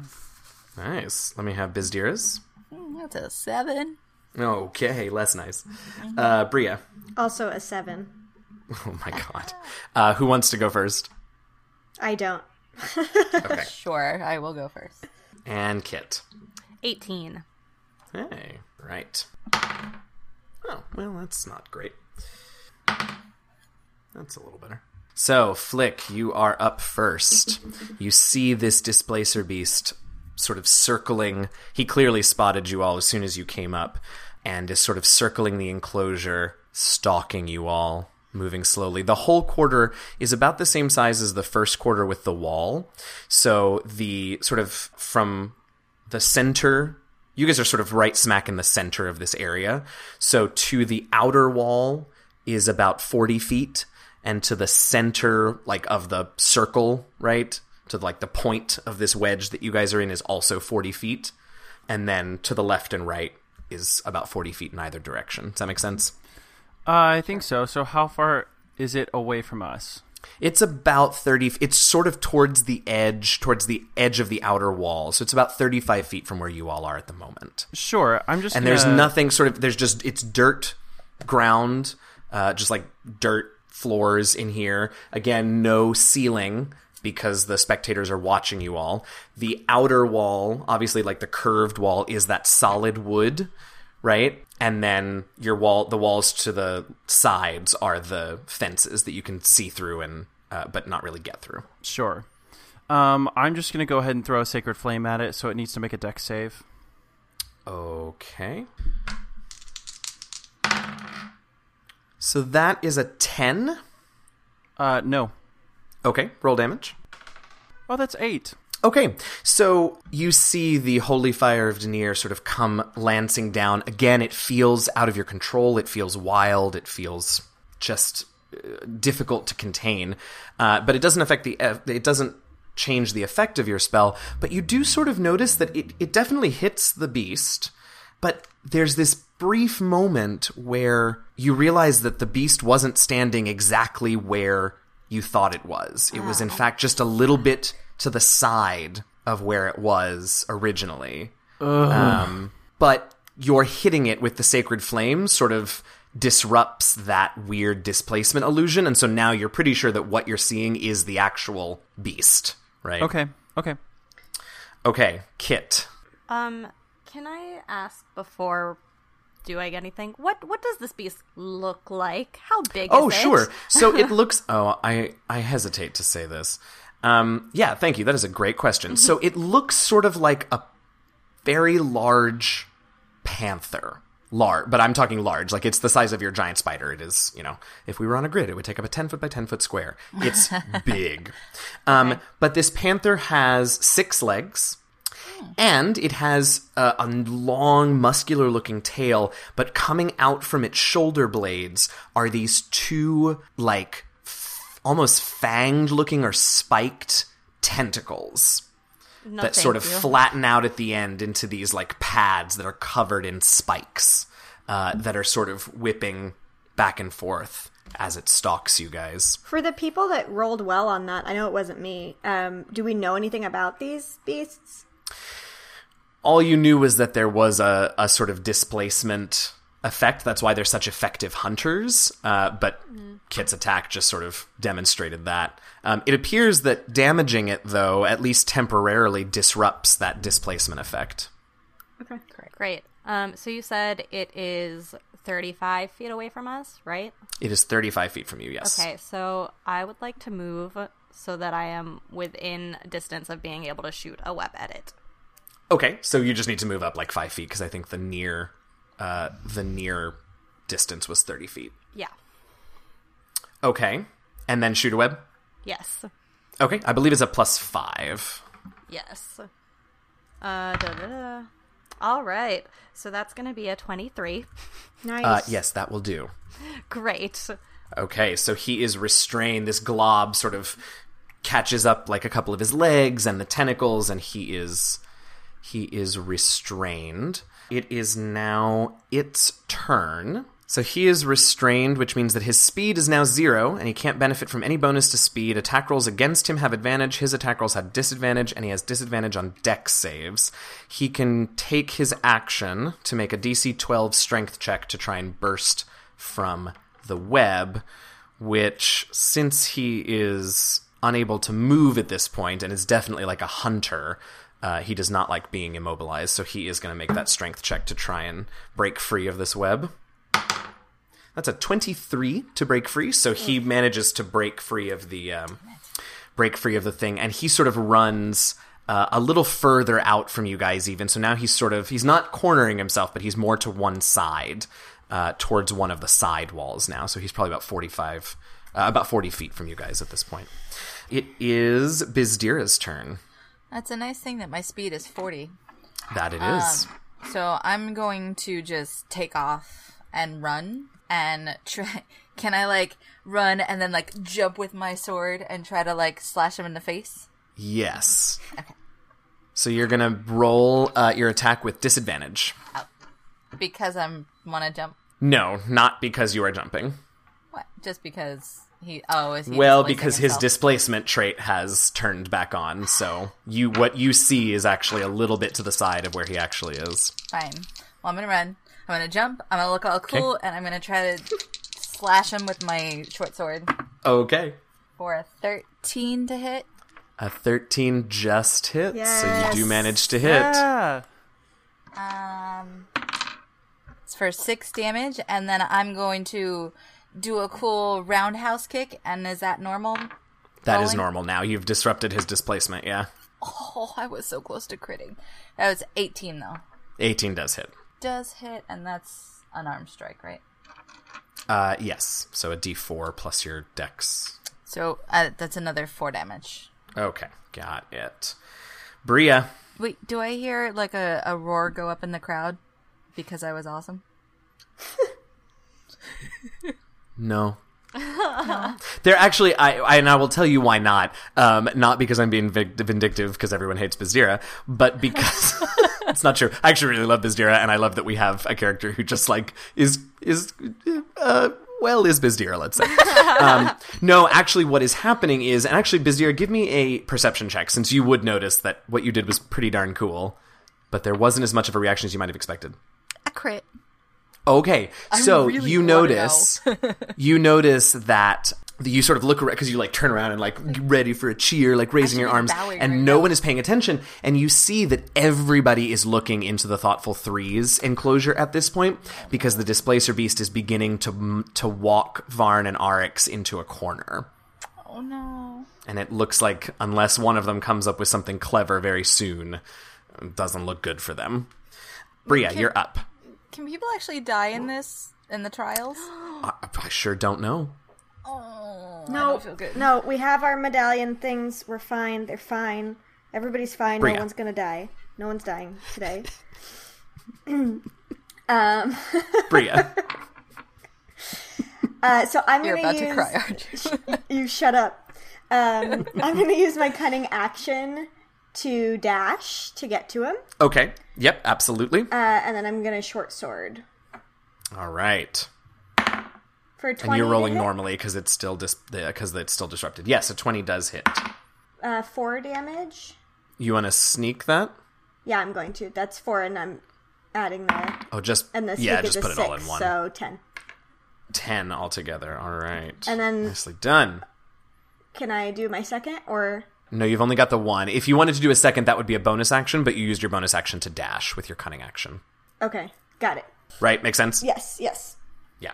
Nice. Let me have Bizdira's.
Mm, That's a seven.
Okay, less nice. Uh Bria.
Also a seven.
Oh my god. Uh who wants to go first?
I don't.
Okay.
Sure, I will go first.
and Kit.
18
Hey, right. Oh, well, that's not great. That's a little better. So, Flick, you are up first. you see this displacer beast sort of circling. He clearly spotted you all as soon as you came up and is sort of circling the enclosure, stalking you all, moving slowly. The whole quarter is about the same size as the first quarter with the wall. So, the sort of from the center. You guys are sort of right smack in the center of this area. So to the outer wall is about 40 feet, and to the center, like of the circle, right? To like the point of this wedge that you guys are in is also 40 feet. And then to the left and right is about 40 feet in either direction. Does that make sense?
Uh, I think so. So how far is it away from us?
It's about 30. It's sort of towards the edge, towards the edge of the outer wall. So it's about 35 feet from where you all are at the moment.
Sure. I'm just
and there's
gonna-
nothing sort of there's just it's dirt ground uh, just like dirt floors in here again no ceiling because the spectators are watching you all the outer wall obviously like the curved wall is that solid wood right and then your wall the walls to the sides are the fences that you can see through and uh, but not really get through
Sure. Um, I'm just gonna go ahead and throw a sacred flame at it, so it needs to make a deck save.
Okay. So that is a 10.
Uh, no.
Okay, roll damage.
Oh, that's eight.
Okay, so you see the holy fire of Denier sort of come lancing down. Again, it feels out of your control. It feels wild. It feels just uh, difficult to contain. Uh, but it doesn't affect the. eff- It doesn't change the effect of your spell. But you do sort of notice that it, it definitely hits the beast. But there's this brief moment where you realize that the beast wasn't standing exactly where you thought it was. It was, in fact, just a little bit to the side of where it was originally. Um, but you're hitting it with the sacred flame sort of disrupts that weird displacement illusion. And so now you're pretty sure that what you're seeing is the actual beast, right?
Okay. Okay.
Okay, Kit.
Um, can I ask before do I get anything? What what does this beast look like? How big
Oh,
is it?
sure. So it looks. Oh, I I
Mm-hmm.
hesitate to say this. Um, yeah, thank you. That is a great question. So it looks sort of like a very large panther. Large, but I'm talking large. Like it's the size of your giant spider. It is, you know, if we were on a grid, it would take up a 10 foot by 10 foot square. It's big. Um, but this panther has six legs. And it has a, a long, muscular looking tail, but coming out from its shoulder blades are these two, like, f- almost fanged looking or spiked tentacles
No,
that sort of
thank you.
flatten out at the end into these, like, pads that are covered in spikes uh, that are sort of whipping back and forth as it stalks you guys.
For the people that rolled well on that, I know it wasn't me. Um, do we know anything about these beasts?
all you knew was that there was a, a sort of displacement effect. That's why they're such effective hunters. Uh, but Kit's attack just sort of demonstrated that. Um, it appears that damaging it, though, at least temporarily disrupts that displacement effect.
Great. Um, so you said it is 35 feet away from us, right?
It is 35 feet from you, yes.
Okay, so I would like to move so that I am within distance of being able to shoot a web at it.
Okay, so you just need to move up like five feet because I think the near, uh, the near distance was 30 feet.
Yeah.
Okay, and then shoot a web.
Yes.
Okay, I believe it's a plus five.
Yes. Uh, da, da, da. All right. So that's going to be a 23.
Nice.
Uh, yes, that will do.
Great.
Okay, so he is restrained. This glob sort of catches up like a couple of his legs and the tentacles, and he is he is restrained. It is now its turn. So he is restrained, which means that his speed is now zero, and he can't benefit from any bonus to speed. Attack rolls against him have advantage, his attack rolls have disadvantage, and he has disadvantage on deck saves. He can take his action to make a DC 12 strength check to try and burst from the web, which, since he is unable to move at this point and is definitely like a hunter, uh, he does not like being immobilized, so he is going to make that strength check to try and break free of this web. That's a 23 to break free, so he manages to break free of the um, break free of the thing, and he sort of runs uh, a little further out from you guys, even. So now he's sort of he's not cornering himself, but he's more to one side, uh, towards one of the side walls now. So he's probably about forty five, uh, about forty feet from you guys at this point. It is Bizdira's turn.
That's a nice thing that my speed is 40.
That it is.
So I'm going to just take off and run and try. Can I like run and then like jump with my sword and try to like slash him in the face?
yes. So you're gonna roll uh, your attack with disadvantage.
Because I'm want to jump.
No, not because you are jumping.
What? Just because he? Oh, is he
well
displacing
because his
himself?
displacement trait has turned back on so you what you see is actually a little bit to the side of where he actually is
Fine. Well, I'm gonna run. I'm gonna jump. I'm gonna look all cool, and I'm gonna try to slash him with my short sword
okay
for a 13 to hit.
a 13 just hits so you do manage to hit
Ah,
Yeah.
Um, it's for six damage, and then I'm going to do a cool roundhouse kick. And is that normal?
that is
Rolling.
normal now you've disrupted his displacement yeah
Oh, I was so close to critting. That was 18 though.
18 does hit
Does hit, and that's an arm strike, right?
uh yes so a d4 plus your dex
So uh, that's another four damage.
okay got it bria
Wait, do I hear like a, a roar go up in the crowd because I was awesome?
No. They're actually, I, I and I will tell you why not. Um, not because I'm being vic- vindictive because everyone hates Bizdira, but because it's not true. I actually really love Bizdira, and I love that we have a character who just like is is uh, well is Bizdira. Let's say. um, no, actually, what is happening is, and actually, Bizdira, give me a perception check since you would notice that what you did was pretty darn cool, but there wasn't as much of a reaction as you might have expected.
A crit.
Okay, so
really
you
wanna
notice, you notice that you sort of look around because you like turn around and like ready for a cheer, like raising
Mm-hmm. should
your
be
arms,
bowing
and
right
no
now.
one is paying attention, and you see that everybody is looking into the thoughtful threes enclosure at this point because the displacer beast is beginning to to walk Varn and Arix into a corner.
Oh no.
And it looks like unless one of them comes up with something clever very soon, It doesn't look good for them. Bria, you're up.
Can people actually die in this in the trials?
I, I sure don't know.
Oh, I
No,
don't feel good.
no, we have our medallion things. We're fine. They're fine. Everybody's fine.
Bria.
No one's gonna die. No one's dying today. um,
Bria,
uh, so I'm
You're
gonna
about
use.
to cry, aren't you?
You shut up. Um, I'm gonna use my cunning action to dash to get to him,
okay. Yep, absolutely.
uh, and then I'm gonna short sword
All right.
for twenty.
And you're rolling
to hit,
normally because it's still dis- because it's still disrupted. Yes, a twenty does hit.
Uh, four damage.
You want to sneak that?
Yeah, I'm going to. That's four, and I'm adding the
Oh, just
and the sneak
yeah,
is
just
a
put
six,
it all in one.
so ten.
Ten altogether. All right.
And then-
nicely done.
Can I do my second or?
No, you've only got the one. If you wanted to do a second, that would be a bonus action, but you used your bonus action to dash with your cunning action.
Okay, got it.
Right? Makes sense?
Yes, yes.
Yeah.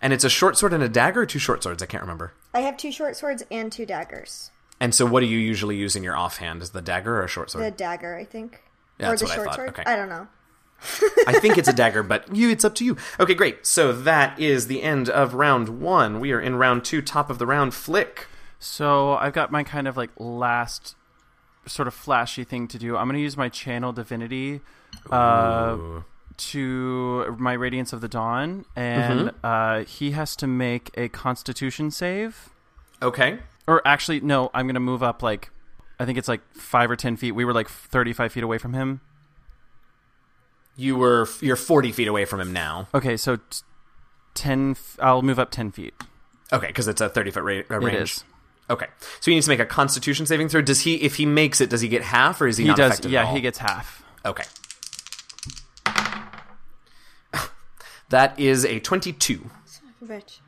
And it's a short sword and a dagger or two short swords? I can't remember.
I have two short swords and two daggers.
And so what do you usually use in your offhand? Is the dagger or a short
The
sword?
dagger, I think.
Yeah,
or
that's
the
what I
short
thought.
sword.
Okay.
I don't know.
I think it's a dagger, but you it's up to you. Okay, great. So that is the end of round one. We are in round two, top of the round flick.
So I've got my kind of like last sort of flashy thing to do. I'm going to use my channel divinity uh, to my radiance of the dawn, and uh, he has to make a Constitution save.
Okay.
Or actually, no, I'm going to move up like I think it's like five or ten feet. We were like 35 feet away from him.
You were you're 40 feet away from him now.
Okay, so t- ten. F- I'll move up ten feet.
Okay, because it's a 30 foot ra- uh, range.
It is.
Okay, so he needs to make a Constitution saving throw. Does he? If he makes it, does he get half, or is he?
He
not
does.
affected at
Yeah,
all?
he gets half.
Okay. that is a twenty-two.
Bitch.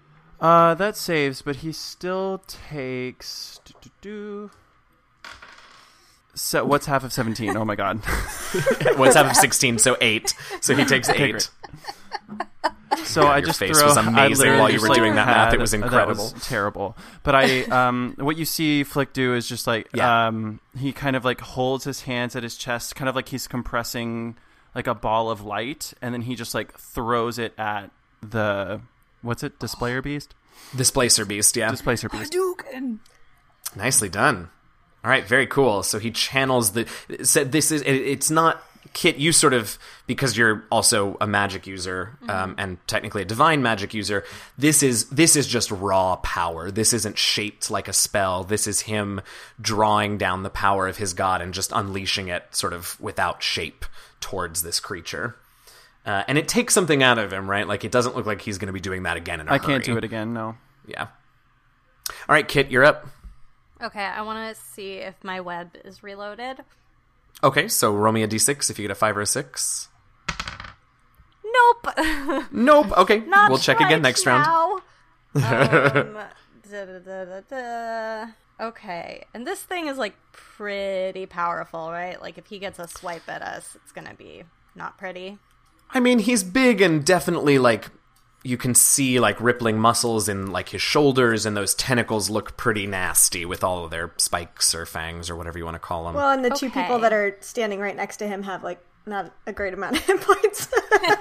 Uh, that saves, but he still takes. doo-doo-doo. So what's half of seventeen? Oh my god!
What's half of sixteen? So eight. So he takes
Okay,
eight.
So I
your
just
face
throw.
was
I
amazing
literally
while you
just,
were
like,
doing that math. It
had-
was
that
incredible.
terrible. But I, um, what you see Flick do is just like,
Yeah.
um, he kind of like holds his hands at his chest, kind of like he's compressing like a ball of light, and then he just like throws it at the what's it? Displayer beast.
Displacer beast. Yeah,
Displacer beast.
Hadouken.
nicely done. All right, very cool. So he channels the. So this is. It, it's not. Kit, you sort of because you're also a magic user um,
Mm-hmm.
and technically a divine magic user. This is this is just raw power. This isn't shaped like a spell. This is him drawing down the power of his god and just unleashing it sort of without shape towards this creature. Uh, and it takes something out of him, right? Like it doesn't look like he's going to be doing that again. In I
I can't do it again. No.
Yeah. All right, Kit, you're up.
Okay, I want to see if my web is reloaded.
Okay, so roll me a d6 if you get a 5 or a 6.
Nope.
Nope. Okay,
Not
we'll check
right
again next round.
now. Um, da, da, da, da, da. Okay, and this thing is like pretty powerful, right? Like if he gets a swipe at us, it's gonna be not pretty.
I mean, he's big and definitely like you can see like rippling muscles in like his shoulders and those tentacles look pretty nasty with all of their spikes or fangs or whatever you want to call them.
Well, and the two people
Okay.
that are standing right next to him have like not a great amount of hit points.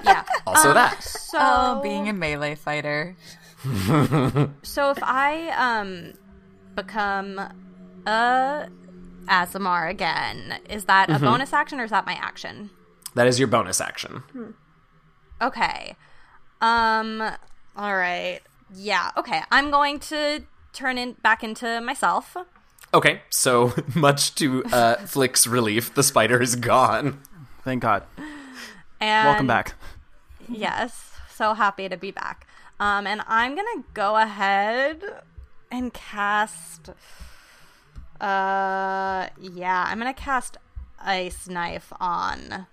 Yeah. Um,
also that.
So
Oh, being a melee fighter.
So if I um become a Azamar again, is that
Mm-hmm.
a bonus action or is that my action?
That is your bonus action.
Okay. Um all right. Yeah, okay. I'm going to turn in back into myself.
Okay, so much to uh, Flick's relief, the spider is gone.
Thank God.
And
Welcome back.
Yes. So happy to be back. Um and I'm going to go ahead and cast uh yeah, I'm going to cast ice knife on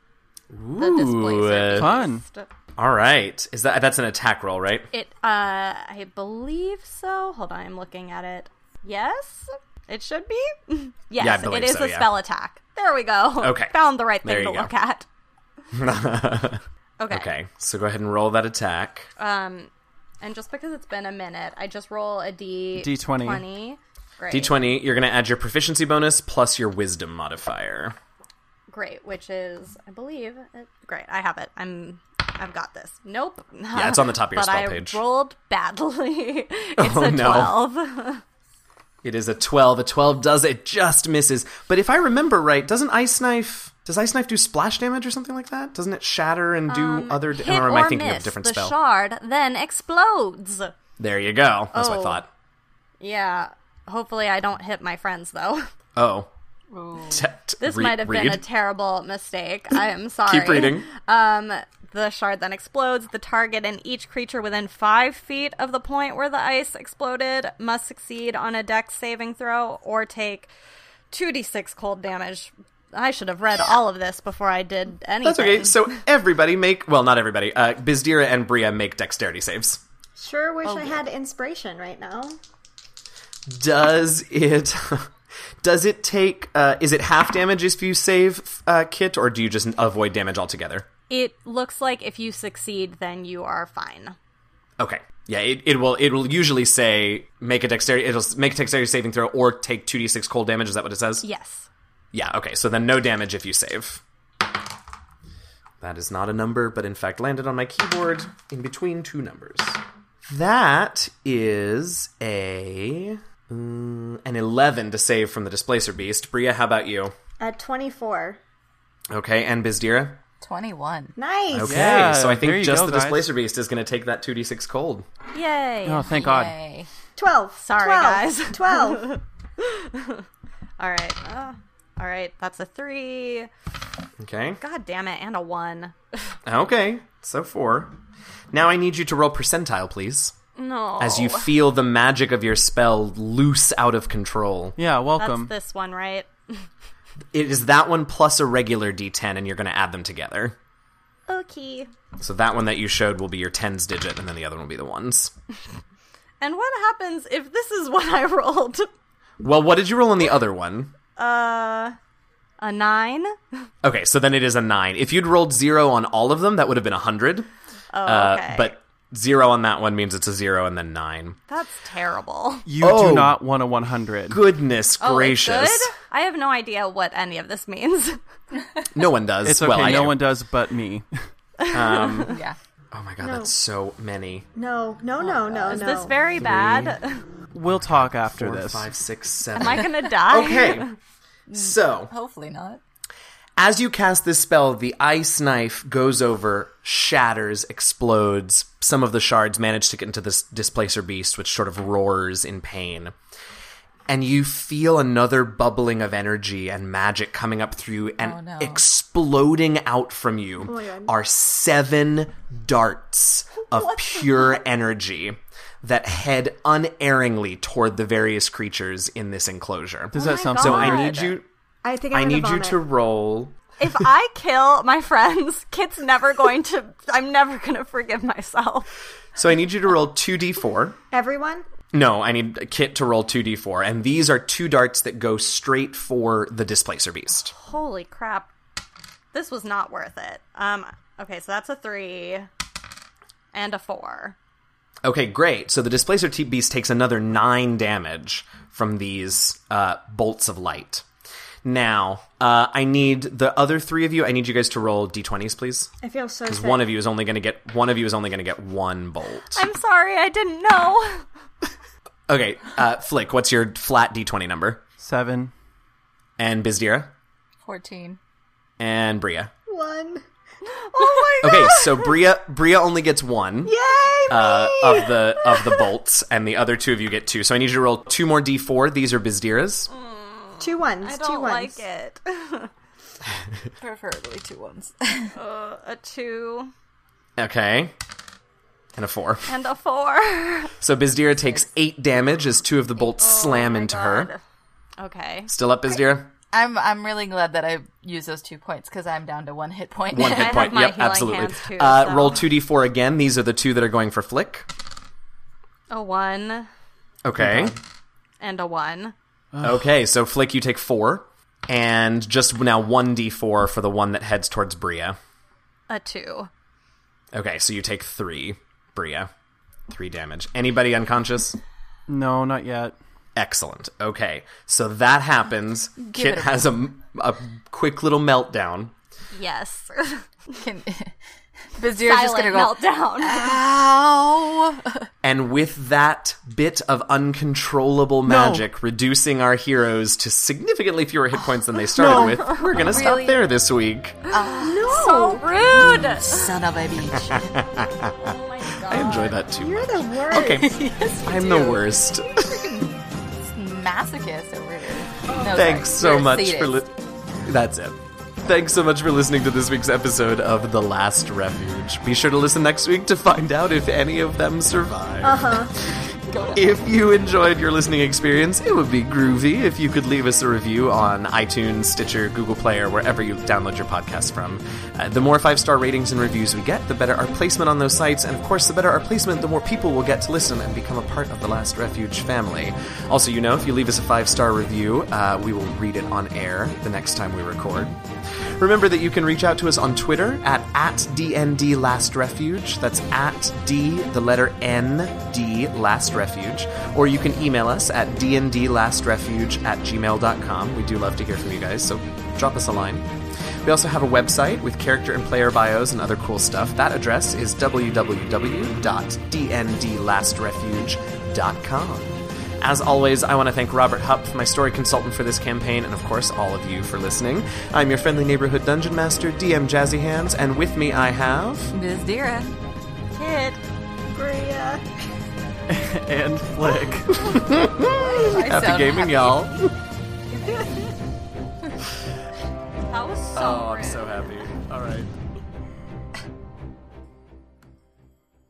the
Ooh,
displacer.
uh,
Fun.
beast.
All right, is that that's an attack roll, right?
It, uh, I believe so. Hold on, I'm looking at it. Yes, it should be. yes,
Yeah, I believe
it is
so,
a
yeah.
spell attack. There we go.
Okay.
found the right
There
thing to
you go.
look at. okay.
Okay, so go ahead and roll that attack.
Um, and just because it's been a minute, I just roll a d
D20.
Great.
D20, you're going to add your proficiency bonus plus your wisdom modifier.
great, which is I believe it, great. I have it. I'm I've got this. Nope.
Yeah, it's on the top of your
but
spell
I
page.
rolled badly. it's
Oh,
a
no.
twelve.
It is a 12. A 12 does it just misses. But if I remember right, doesn't Ice Knife does Ice Knife do splash damage or something like that? Doesn't it shatter and do other da-
Um, Hit
or am
or
I thinking
miss,
of a different
the
spell?
shard then explodes.
There you go. That's what I
Oh.
thought.
Yeah. Hopefully, I don't hit my friends though.
Oh. Te- t-
This
re-
might have been
read.
a terrible mistake. I am sorry.
Keep reading.
Um, the shard then explodes. The target and each creature within five feet of the point where the ice exploded must succeed on a dex saving throw or take 2d6 cold damage. I should have read all of this before I did anything.
That's okay. So everybody make well, not everybody. Uh, Bizdira and Bria make dexterity saves.
Sure wish
Oh,
I had inspiration right now.
Does it? Does it take? Uh, is it half damage if you save uh, Kit, or do you just avoid damage altogether?
It looks like if you succeed, then you are fine.
Okay. Yeah, it, it will it will usually say make a dexterity it'll s- make a dexterity saving throw or take 2d6 cold damage, is that what it says?
Yes.
Yeah, okay. So then no damage if you save. That is not a number, but in fact landed on my keyboard in between two numbers. That is a mm, an 11 to save from the displacer beast. Bria, how about you?
At 24.
Okay, and Bizdira?
21.
Nice.
Okay.
Yeah,
so I
there
think
you
just
go,
the
guys.
displacer beast is going to take that 2d6 cold.
Yay.
Oh, thank God.
Yay.
12.
Sorry,
12,
guys.
12.
All right. Uh, all right. That's a three.
Okay?
God damn it. And a one.
Okay, so four. Now I need you to roll percentile, please.
No.
As
Oh.
you feel the magic of your spell loose out of control.
Yeah,
That's
welcome.
this one, right?
It is that one plus a regular d10, and you're going to add them together.
Okay.
So that one that you showed will be your tens digit, and then the other one will be the ones.
And what happens if this is what I rolled?
Well, what did you roll on the other one?
Uh, a nine.
Okay, so then it is a nine. If you'd rolled zero on all of them, that would have been a hundred. Uh,
Oh, okay.
but zero on that one means it's a zero, and then nine.
that's terrible.
you
Oh.
do not want a 100.
Goodness
Oh, it's
gracious!
good? I have no idea what any of this means.
No one does.
It's okay.
Well, I
no
do.
one does but me.
Yeah.
Oh my god, that's so many.
No, no, no, no,
Oh, Is
no.
this very bad?
We'll talk after
Four,
this.
five, six, seven.
Am I gonna die?
okay. So,
Hopefully not.
as you cast this spell, the ice knife goes over, shatters, explodes. Some of the shards manage to get into this displacer beast, which sort of roars in pain. And you feel another bubbling of energy and magic coming up through you, and
no.
exploding out from you are seven darts of pure energy that head unerringly toward the various creatures in this enclosure.
Does that
Oh my
sound
God.
so
familiar?
I need you.
I think I'm
I
gonna
need you
vomit.
to roll.
If I kill my friends, Kit's never going to. I'm never gonna forgive myself.
So I need you to roll 2d4.
Everyone?
No, I need Kit to roll 2d4. And these are two darts that go straight for the displacer beast.
Holy crap! This was not worth it. Um. Okay, so that's a three and a four.
Okay, great. So the displacer t- beast takes another 9 damage from these uh, bolts of light. Now, uh, I need the other three of you. I need you guys to roll d20s, please.
I feel so
Because
sick.
one of you is only going to get one of you is only going to get one bolt.
I'm sorry, I didn't know.
Okay, uh, Flick, what's your flat d20 number?
Seven.
And Bizdira
14.
and Bria.
One.
Oh my god!
Okay, so Bria Bria only gets one
Yay!
uh, of the of the bolts, and the other two of you get two. So I need you to roll two more d4. These are Bizdira's.
Two ones.
I
two
don't
ones.
like it.
Preferably two ones.
A two
Okay, and a four.
and a four.
So Bizdira takes eight damage as two of the bolts
Oh
slam into her.
Okay.
Still up, Bizdira.
I'm I'm really glad that I used those two points because I'm down to one hit point.
One
I
hit
have
point.
my
Yep,
healing
absolutely.
hands too,
uh,
so-
Roll two d4 again. These are the two that are going for Flick.
A one
Okay.
and a one.
Okay, so Flick, you take four, and just now one d4 for the one that heads towards Bria.
A two.
Okay, so you take three, Bria. Three damage. Anybody unconscious?
No, not yet.
Excellent. Okay. So that happens. Kit
it a-
has a, a quick little meltdown.
Yes.
Can, Bazir's just
Silent
gonna go.
meltdown.
Ow!
And with that bit of uncontrollable magic, reducing our heroes to significantly fewer hit points than they started
No.
with, we're going to stop
Really?
there this week.
so rude.
Son of a bitch.
Oh my
I
god.
enjoy that too
You're
much.
the worst.
Okay, I'm the worst.
Masochist over here. No,
Thanks so
sorry. You're a
much for
sadist.
li- that's it. Thanks so much for listening to this week's episode of The Last Refuge. Be sure to listen next week to find out if any of them survive. If you enjoyed your listening experience, it would be groovy if you could leave us a review on iTunes, Stitcher, Google Play, or wherever you download your podcast from. Uh, the more five star ratings and reviews we get, the better our placement on those sites, and of course, the better our placement, the more people will get to listen and become a part of the Last Refuge family. Also, you know, if you leave us a five star review, uh, we will read it on air the next time we record. Remember that you can reach out to us on Twitter at, at DND Last Refuge. That's at D, the letter N, D, Last Refuge. Or you can email us at dndlastrefuge at gmail.com. We do love to hear from you guys, so drop us a line. We also have a website with character and player bios and other cool stuff. That address is www.dndlastrefuge.com. As always, I want to thank Robert Hupp, my story consultant for this campaign, and of course, all of you for listening. I'm your friendly neighborhood dungeon master, DM Jazzy Hands, and with me I have.
Biz Dira.
Kid.
Bria.
and flick.
Happy gaming, y'all.
That was so
Oh,
rude.
I'm so Oh, happy. All right.